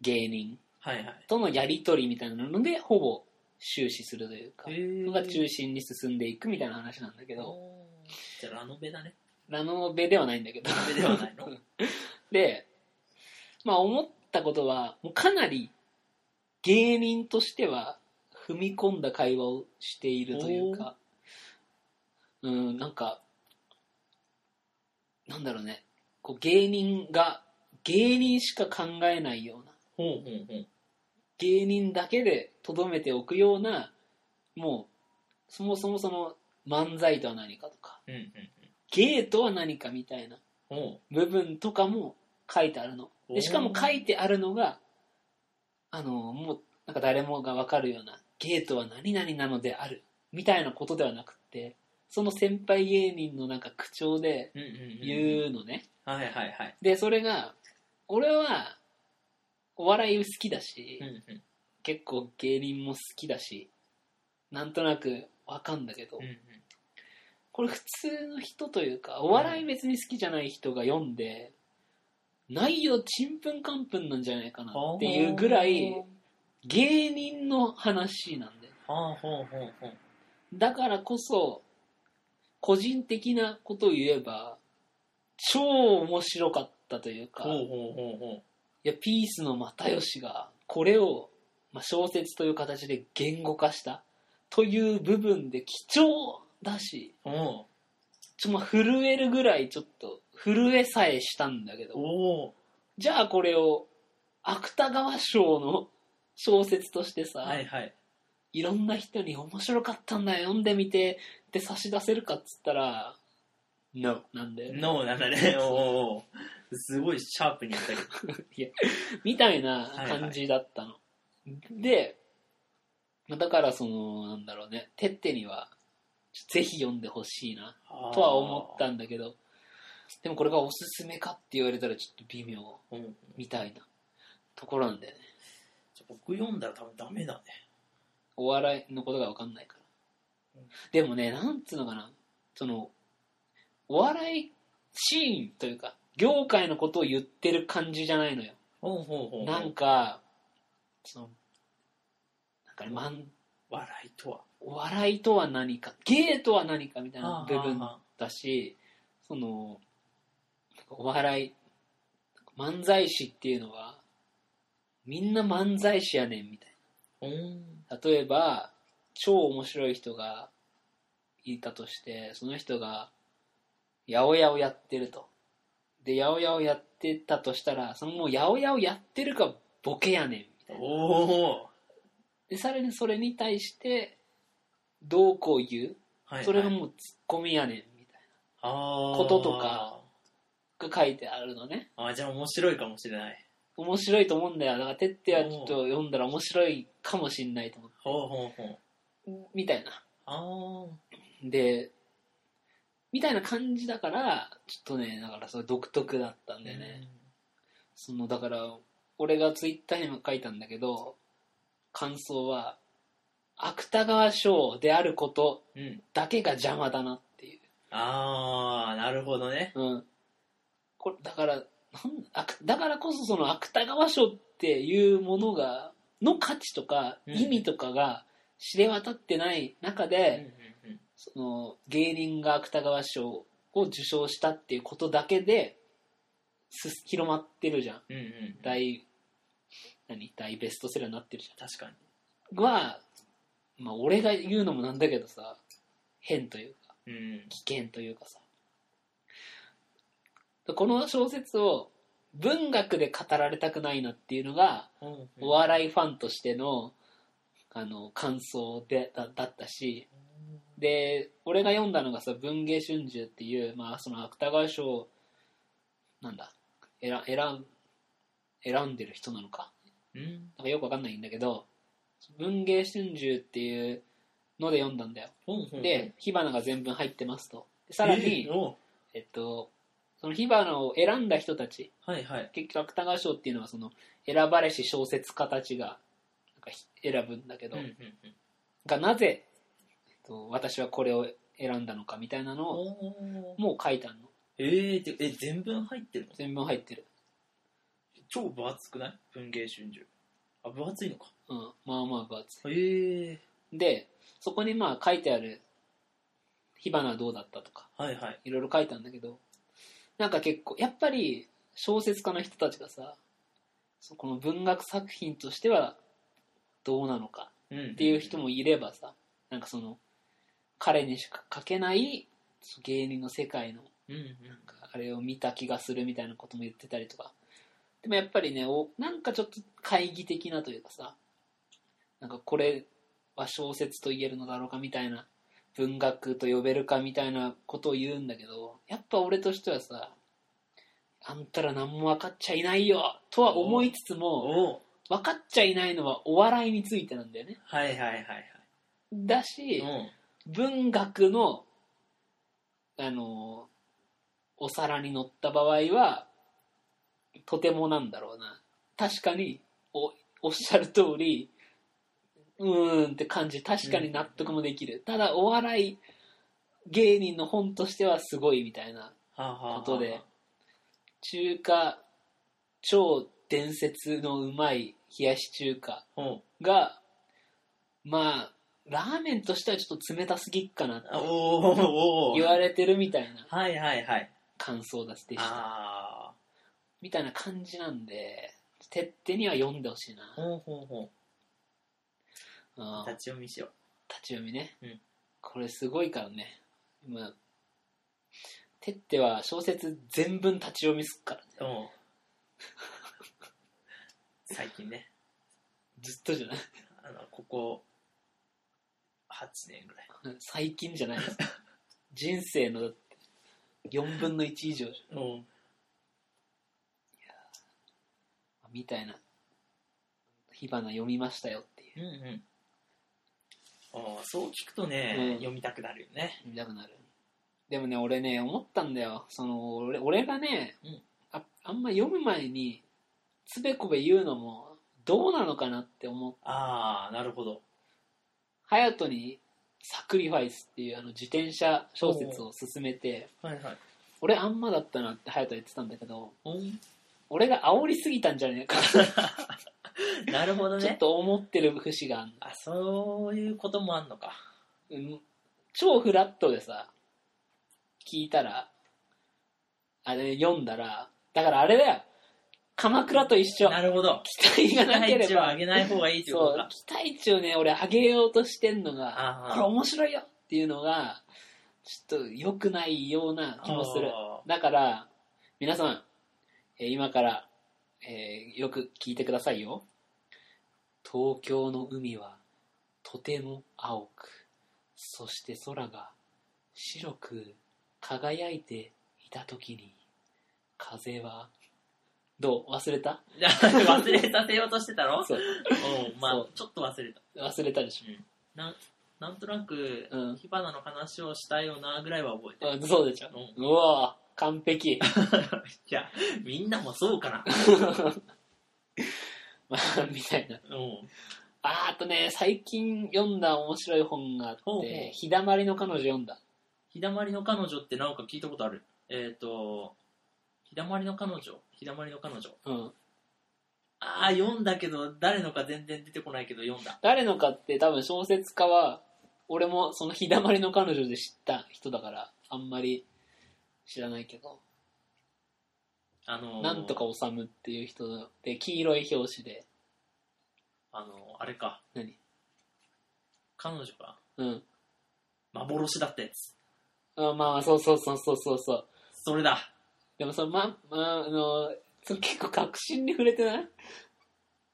A: 芸人
B: はいはい。
A: とのやり取りみたいなのでほぼ終始するというか、のが
B: へ
A: 中心に進んでいくみたいな話なんだけ
B: ー
A: ど、
B: おーじゃあラノベだね。
A: ラノベではないんだけど
B: ラノベではないの
A: でまあ思ったことはもうかなり芸人としては踏み込んだ会話をしているというかうんなんかなんだろうねこう芸人が芸人しか考えないような
B: ほうほうほう。
A: 芸人だけでとどめておくようなもうそもそもその漫才とは何かとか
B: うんうん
A: 芸とは何かみたいな
B: うん。おう
A: 部分とかも書いてあるの
B: おー
A: でしかも書いてあるのがあのもうなんか誰もが分かるようなゲートは何々なのであるみたいなことではなくってその先輩芸人のなんか口調で
B: うんうんうん。
A: 言うのね。
B: はいはいはい。
A: で、それが、俺は、お笑い好きだし、
B: うんうん
A: 結構芸人も好きだし、なんとなくわかんだけど、
B: うんうん。
A: これ普通の人というか、お笑い別に好きじゃない人が読んで、内容ちんぷんかんぷんなんじゃないかなっていうぐらい、芸人の話なんだよ。
B: はあ、ほうほうほう。
A: だからこそ、個人的なことを言えば、超面白かったというか、
B: ほうほう
A: い
B: ほうほ
A: や、ピースの又吉が、これを、まあ、小説という形で言語化したという部分で貴重だし、
B: う。おう
A: ちょ、まあ、震えるぐらいちょっと、震えさえしたんだけど、
B: おう
A: じゃあこれを、芥川賞の小説としてさ、
B: はいはい。
A: いろんな人に面白かったんだよ、読んでみて、って差し出せるかっつったら、No なんで、
B: ノーなん だね。おうおうすごいシャープに言 ったけど。
A: みたいな感じだったの。で、まあだからその、なんだろうね、てってには、ぜひ読んでほしいな、とは思ったんだけど、でもこれがおすすめかって言われたらちょっと微妙、
B: うん。うん
A: みたいなところなんだよね。
B: ちょ僕読んだら多分ダメだね。
A: お笑いのことが分かんないから。でもね、なんつうのかな、その、お笑いシーンというか、業界のことを言ってる感じじゃないのよ。
B: ほうほうほう。
A: なんか、その、なんかね、まん、
B: 笑いとは。
A: お笑いとは何か、芸とは何かみたいな部分
B: はあはあは
A: だし、その、なんかお笑い、漫才師っていうのは、みんな漫才師やねんみたいな。
B: あうん。
A: 例えば超面白い人がいたとしてその人が八百屋をやってるとで八百屋をやってたとしたらそのもう八百屋をやってるかボケやねんみたいな
B: おお。
A: でさらにそれに対してどうこう言う
B: はいはい
A: それがもうツッコミやねんみたい
B: こ
A: こととか。なが書いてあるのね
B: あーじゃあ面白いかもしれない。
A: 面白いと思うんだよだからてってはちょっと読んだら面白いかもしんないと思
B: ほうほうほう。
A: うみたいな
B: あ
A: で、みたいな感じだから、ちょっとね、だからそれ独特だったん
B: あ。
A: だよね。その、だから、俺がツイッターにも書いたんだけど、感想は、芥川賞であること
B: うん。うん。
A: だけが邪魔だなっていう。
B: ああ、なるほどね。
A: うん。これ、だから、なんあくだからこそその芥川賞っていうものが、の価値とか
B: うん
A: 意味とかが知れ渡ってない中
B: うん
A: で、
B: うんうん。
A: その芸人が芥川賞を受賞したっていうことだけです広まってるじゃん
B: うんうん、確
A: 大何大ベストセラーになってるじ
B: かに。
A: ゃんは、まあ、俺が言うのもなんだけどさ変というか
B: うん、
A: 危険というかさこの小説を文学で語られたくないなっていうのがお笑いファンとしてのあの感想でだだったしで俺が読んだのがさ「文藝春秋」っていう、まあ、その芥川賞をなんだ選選ん選んでる人なのか
B: うん。
A: なんかよくわかんないんだけど「文藝春秋」っていうので読んだんだよ
B: うん、
A: で火花が全文入ってますとでさら
B: え
A: に
B: ー、お
A: えっとその火花を選んだ人たち
B: はいはい。
A: 結局芥川賞っていうのはその選ばれし小説家たちがなんかひ選ぶんだけど、
B: うんうんうん
A: がなぜ、えっと、私はこれを選んだのかみたいなのを
B: おー
A: もう書いてあるの。
B: えー、でえ、全文入ってるの
A: 全部入ってる。
B: 超分厚くない文芸春秋。あ、分厚いのか。
A: うん。まあまあ分厚
B: えー、
A: い。で、そこにまあ書いてある、火花はどうだったとか、
B: はいはい。
A: いろいろ書いてあるんだけど、なんか結構、やっぱり小説家の人たちがさ、そこの文学作品としてはどうなのか
B: うん、っ
A: っていう人。もいればさ、なんかその、彼にしか書けないその芸人の世界の
B: うんうん。
A: あれを見た気がするみたいなことも言ってたりとかでもやっぱりねおなんかちょっと懐疑的なというかさなんかこれは小説と言えるのだろうかみたいな文学と呼べるかみたいなことを言うんだけどやっぱ俺としてはさあんたら何も分かっちゃいないよとは思いつつも
B: おー
A: 分かっちゃいないのはお笑いについてなんだよね
B: はいはいはいはい。
A: だし
B: うん
A: 文学のあの、お皿に乗った場合は、とてもなんだろうな。確かに、お、おっしゃる通り、うーんって感じ、確かに納得もできる。ただ、お笑い芸人の本としてはすごいみたいな。
B: はあはあはあ
A: ことで中華、超伝説のうまい冷やし中華
B: お
A: が、まあ、ラーメンとしてはちょっと冷たすぎっかなって
B: あおーおー
A: 言われてるみたいな
B: はいはいはい
A: 感想だでした。
B: あ
A: みたいな感じなんで、徹底には読んでほしいな
B: あ。ほうほうほ
A: うん
B: う立ち読みしよう
A: 立ち読みね、
B: うん
A: これすごいからね今てっては小説全文立ち読みすっからね
B: おう最近ね
A: ずっとじゃない
B: あのここ8年ぐらい
A: 最近じゃないです人生のだって4分の1以上じゃん
B: おう
A: みたいな火花読みましたよっていう
B: うんうんああそう聞くとね、
A: うん
B: 読みたくなるよね
A: 読みたくなるでもね俺ね思ったんだよその俺俺がね、
B: うん
A: ああんま読む前につべこべ言うのもどうなのかなって思っ
B: ああなるほど
A: ハヤトに「サクリファイス」っていうあの自転車小説を勧めて
B: はいはい
A: 俺あんまだったなってハヤトは言ってたんだけど
B: おん
A: 俺が煽りすぎたんじゃねえか
B: なるほど
A: ちょっ
B: ね
A: と思ってる節があん
B: あそういうこともあんのか
A: うん超フラットでさ聞いたらあれ読んだらだからあれだよ鎌倉と一緒
B: なるほど
A: 期待が
B: 期
A: なけ
B: 待
A: れ
B: 値は
A: ば
B: 上げない方がいいってこ
A: そ
B: と
A: う
B: だ
A: 期待値をね俺上げようとしてんのが
B: ああ
A: これ面白いよっていうのがちょっと良くないような気もする
B: あ
A: だから、皆さん、えー今から、えーよく聞いてくださいよ。東京の海はとても青く、そして空が白く輝いていたときに、風は、どう忘れた
B: ー忘れさせようとしてたろ
A: そう。
B: うんま
A: そ
B: あ
A: う
B: ちょっと忘れた
A: 忘れたでし
B: なんなんとなく
A: ょ。うん。
B: 火花の話をしたよなぐらいは覚えてる
A: あそうでしょ。
B: うん
A: うわぁ、完璧。
B: いやみんなもそうかな
A: まあ、みたいな。
B: うん
A: あーあとね、最近読んだ面白い本があって、
B: ほうほう
A: 日だまりの彼女読んだ。
B: 日だまりの彼女ってなんか聞いたことあるえっ、と日だまりの彼女日だまりの彼女
A: うん、
B: ああ読んだけど誰のか全然出てこないけど読んだ
A: 誰のかって多分小説家は俺もその「日だまりの彼女」で知った人だからあんまり知らないけど
B: あのー
A: なんとか治むっていう人で黄色い表紙で
B: あのーあれか
A: 何
B: 彼女が
A: うん
B: 幻だったやつ
A: あまあそうそうそうそうそうそう
B: それだ
A: でもそのままああのその結構確信に触れてない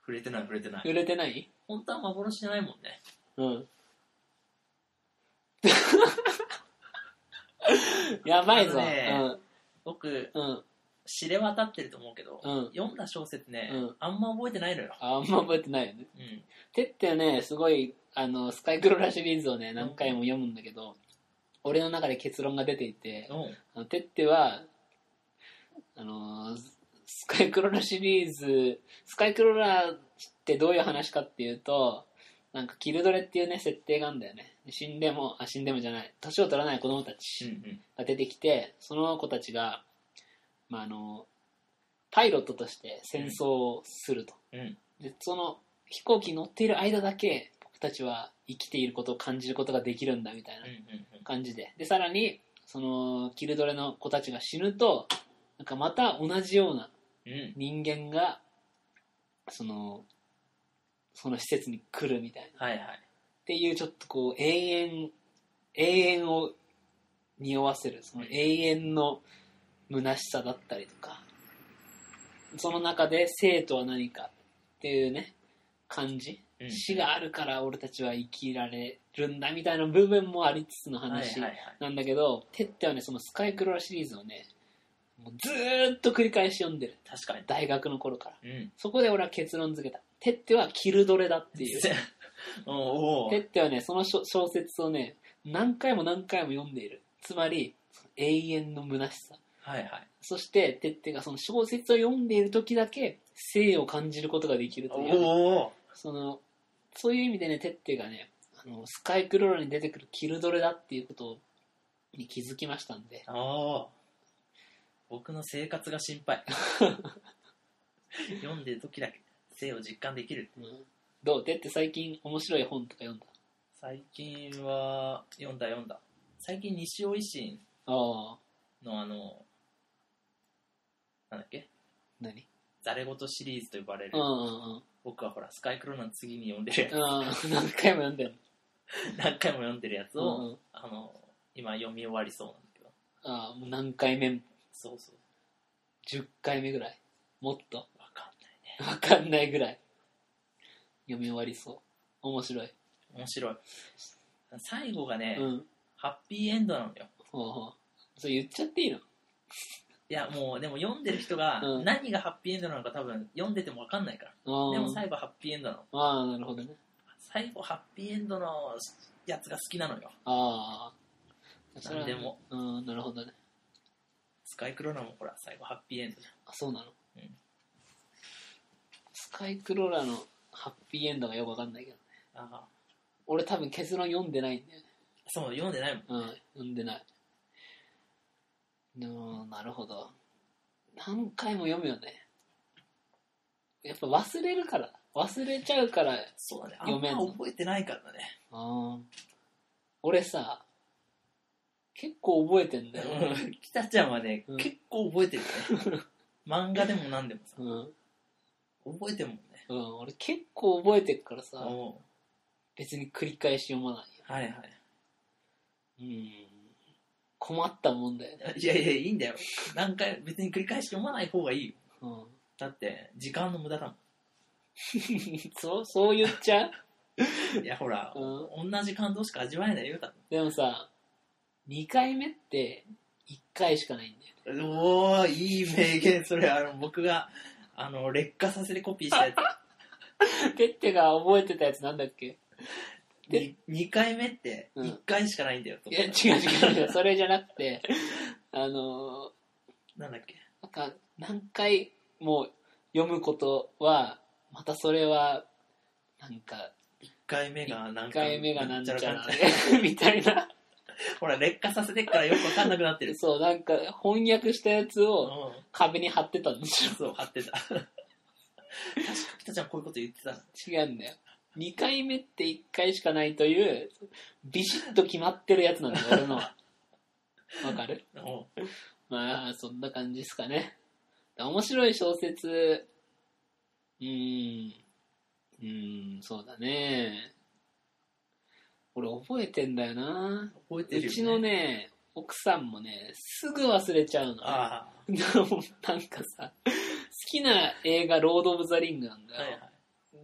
B: 触れてない触れてない
A: 触れてない
B: 本当は幻じゃないもんね
A: うん やばいぞ、
B: あのね僕
A: うんうん
B: 知れ渡ってると思うけど、
A: うん
B: 読んだ小説ね、
A: うん
B: あんま覚えてないのよ、
A: ああんま覚えてないよね
B: うん、
A: てってはね、すごい、あの、スカイクローラーシリーズをね、何回も読むんだけど、俺の中で結論が出ていて、
B: うん
A: あのてっては、あのー、スカイクローラーシリーズ、スカイクローラーってどういう話かっていうと、なんか、キルドレっていうね、設定があるんだよね。死んでも、あ、死んでもじゃない。年を取らない子供た
B: う
A: ち
B: ん
A: が出てきて、その子たちが、まあ、あの、パイロットとして戦争をすると。
B: うんうん
A: でその飛行機に乗っている間だけ僕たちは生きていることを感じることができるんだみたいな感じででさらにそのキルドレの子たちが死ぬとなんかまた同じような
B: うんうん
A: 人間がそのその施設に来るみたいなっ
B: はいはい
A: ていうちょっとこう永遠永遠を匂わせるその永遠の虚しさだったりとかその中で生とは何かっていうね感じ
B: うん
A: 死があるから俺たちは生きられるんだみたいな部分もありつつの話
B: はいはい
A: なんだけど、てってはね、そのスカイクローラーシリーズをね、もうずーっと繰り返し読んでる。
B: はい、確かに
A: 大学の頃から。
B: うん
A: そこで俺は結論付けた。てってはキルドレだっていう。
B: おうおう
A: てってはね、その小小説をね、何回も何回も読んでいる。つまり、永遠の虚しさ。
B: はいはい。
A: そして、てってがその小説を読んでいる時だけ、生を感じることができるという、
B: おー
A: その、そういう意味でね、てってがね、あの、スカイクローラに出てくるキルドレだっていうことに気づきましたんで、
B: ああ僕の生活が心配 読んでる時だけ性を実感できる
A: うんどうてって最近面白い本とか読んだ
B: 最近は読んだ読んだ最近西尾維新
A: ああ、
B: のあのなんだっけ
A: 何
B: ざれ言シリーズと呼ばれる
A: うんうんうん。
B: 僕はほらスカイクローナの次に読んでる
A: ああ、何回も読んでる。
B: 何回も読んでるやつ
A: うん
B: を、
A: うん。
B: あの今読み終わりそうなんだけど
A: ああ、もう何回目
B: そうそう
A: ?10 回目ぐらい。もっと。
B: わかんないね
A: わかんないぐらい。読み終わりそう。面白い。
B: 面白い最後がね、
A: うん。
B: ハッピーエンドなのよ
A: ほうほう。それ言っちゃっていいの
B: いやもうでも読んでる人が
A: うん
B: 何がハッピーエンドなのか多分読んでても分かんないから、
A: ああ。
B: でも最後ハッピーエンドなの
A: ああ、なるほどね。
B: 最後ハッピーエンドのやつが好きなのよ
A: ああ。それは
B: 何でも。
A: うん、なるほどね。
B: スカイクローナもほら最後ハッピーエンドじ
A: あ、そうなの、
B: うん
A: スカイクローラーのハッピーエンドがよくわかんないけどね。
B: ゃんああ
A: 俺多分結論読んでないんだよね。
B: そう読んでないも
A: う
B: ん
A: ん、読んでない。うん、なるほど。何回も読むよね。やっぱ忘れるから。忘れちゃうから。
B: そうだねあん
A: 読めんの
B: ま覚えてないからだね
A: あー俺さ、結構覚えてんだよ。
B: うん北ちゃんはね、
A: うん
B: 結構覚えてるね 漫画でも何でもさ
A: うん。
B: 覚えてるもんね
A: うん、俺結構覚えてるからさ、
B: おう
A: 別に繰り返し読まないよ。
B: はいはい
A: うん。困ったもんだよね。
B: いやいやいいんだよ何回別に繰り返し読まない方がいいよ
A: うん。
B: だって時間の無駄だもん
A: そう、そう言っちゃう
B: いやほら、
A: う
B: 同じ感動しか味わえないよだって
A: でもさ、2回目って1回しかないんだよ。
B: おーいい名言それあの僕があの劣化させてコピーしたや つ
A: てってが覚えてたやつなんだっけ
B: に 2, 回目って
A: うん
B: 1回しかないんだよと、
A: いや、違う違う違う。それじゃなくて、あの
B: なんだっけ
A: ーなんか、何回も読むことは、またそれは、なんか、
B: 1回目がなんか
A: 1回目がなんちゃ
B: からんちゃ
A: で、 みたいな。
B: ほら劣化させてっからよくわかんなくなってる
A: そう、なんか、翻訳したやつ
B: う
A: を
B: ん
A: 壁に貼ってたんでしょ。
B: そう貼ってた確か北ちゃんこういうこと言ってたな
A: 違うんだよ。2回目って1回しかないという、ビシッと決まってるやつなんだよ、俺のは。わかる
B: おう
A: まあ、そんな感じですかね。面白い小説、うーん、うーん、そうだね。俺覚えてんだよな。
B: 覚えて
A: う
B: るよ、ね、
A: ちのね、奥さんもね、すぐ忘れちゃうの。
B: あ
A: なんかさ、好きな映画、ロード・オブ・ザ・リングなん
B: あ
A: だ
B: はい
A: よ。
B: はい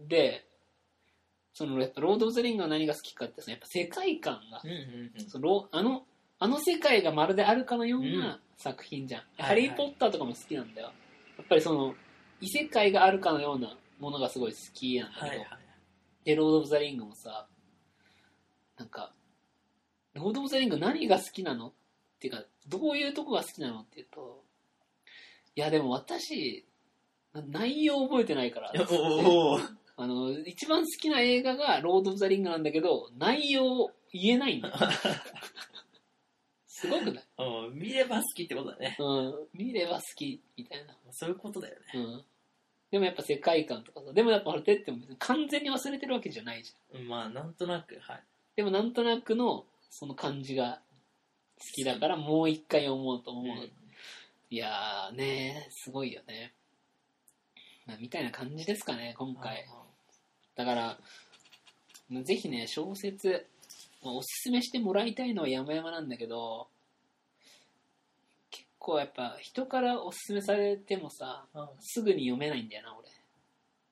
A: で、そのやっぱロード・オブ・ザ・リングの何が好きかってさ、やっぱ世界観が
B: う、んうんうん
A: そのあの、あの世界がまるであるかのよう
B: うん
A: な作品じゃん。
B: いはい
A: ハリー・ポッターとかも好きなんだよ。やっぱりその、異世界があるかのようなものがすごい好きなんだけ
B: は
A: ど、
B: いはい
A: で、ロード・オブ・ザ・リングもさ、なんか、ロード・オブ・ザ・リング何が好きなのっていうか、どういうとこが好きなのっていうと、いや、でも私、な内容覚えてないから
B: い、やおー
A: あの、一番好きな映画がロード・オブ・ザ・リングなんだけど、内容言えないんだよ。すごくない
B: おー見れば好きってことだね
A: うん。見れば好き、みたいな。
B: そういうことだよね
A: うん。でもやっぱ世界観とかさ、でもやっぱあれってっても別に完全に忘れてるわけじゃないじゃん。
B: まあなんとなくはい
A: でもなんとなくのその感じが好きだからもう一回読もうと思う。
B: うん
A: いやーねすごいよね。まあみたいな感じですかね、今回。だから、ぜひね、小説、まあおすすめしてもらいたいのは山々なんだけど、結構やっぱ人からおすすめされてもさ、
B: あー
A: すぐに読めないんだよな、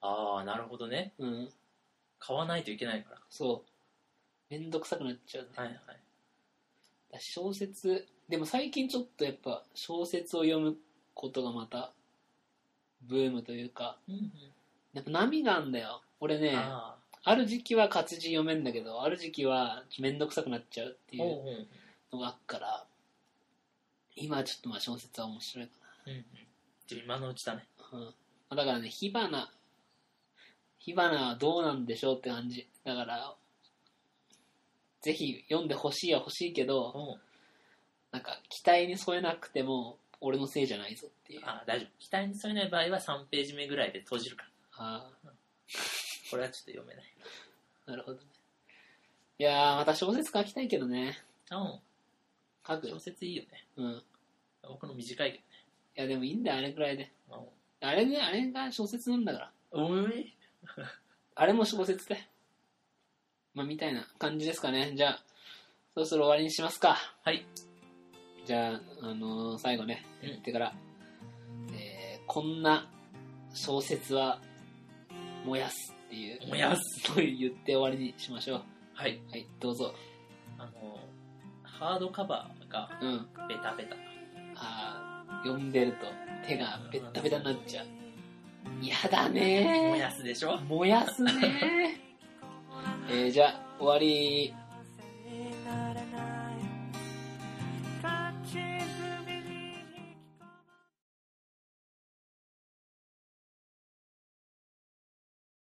B: あーなるほどね
A: 俺。うん、
B: 買わないといけないか
A: そう。めんどくさくなっちゃうね。
B: らはいはい
A: だし小説、でも最近ちょっとやっぱ小説を読むことがまた、ブームというか、
B: うんうん
A: やっぱ波があんだよ。俺ね、
B: あ
A: ある時期は活字読めんだけど、ある時期はめんどくさくなっちゃうってい
B: ー
A: う
B: おうおう
A: のがあっから、今はちょっとまあ小説は面白いか
B: うんうん。じゃあ今のうちだね。
A: な。うん。まあだからね、火花、火花はどうなんでしょうって感じ。だから、ぜひ読んでほしいは欲しいけど、
B: おう
A: なんか期待に添えなくても、俺のせいじゃないぞっていう。
B: あ、大丈夫。期待に添えない場合は3ページ目ぐらいで閉じるから。
A: あ
B: これはちょっと読めない。
A: あ、なるほどね。いやー、また小説書きたいけどね。
B: あおう
A: 書く
B: 小。説いいよね。
A: うん。い
B: 僕の短いけ
A: や、でもいいんだよ、あれくらいで。
B: どね。
A: あれね、あれが小説なんだから。
B: あおう。おい
A: あれも小説で。まあ、みたいな感じですかね。じゃあ、そろそろ終わりにしますか。
B: はい。
A: じゃあ、あのー最後ね、
B: うん
A: 言ってから、えーこんな小説は燃やすっていう。
B: 燃や
A: す と言って終わりにしましょう。
B: はい。
A: はい、どうぞ。
B: あの、ハードカバーが
A: うん。
B: ベタベタ。
A: あー読んでると手がベッタベタになっちゃう。嫌だねー。
B: もやすでしょ
A: 燃やすねえーじゃあ終わり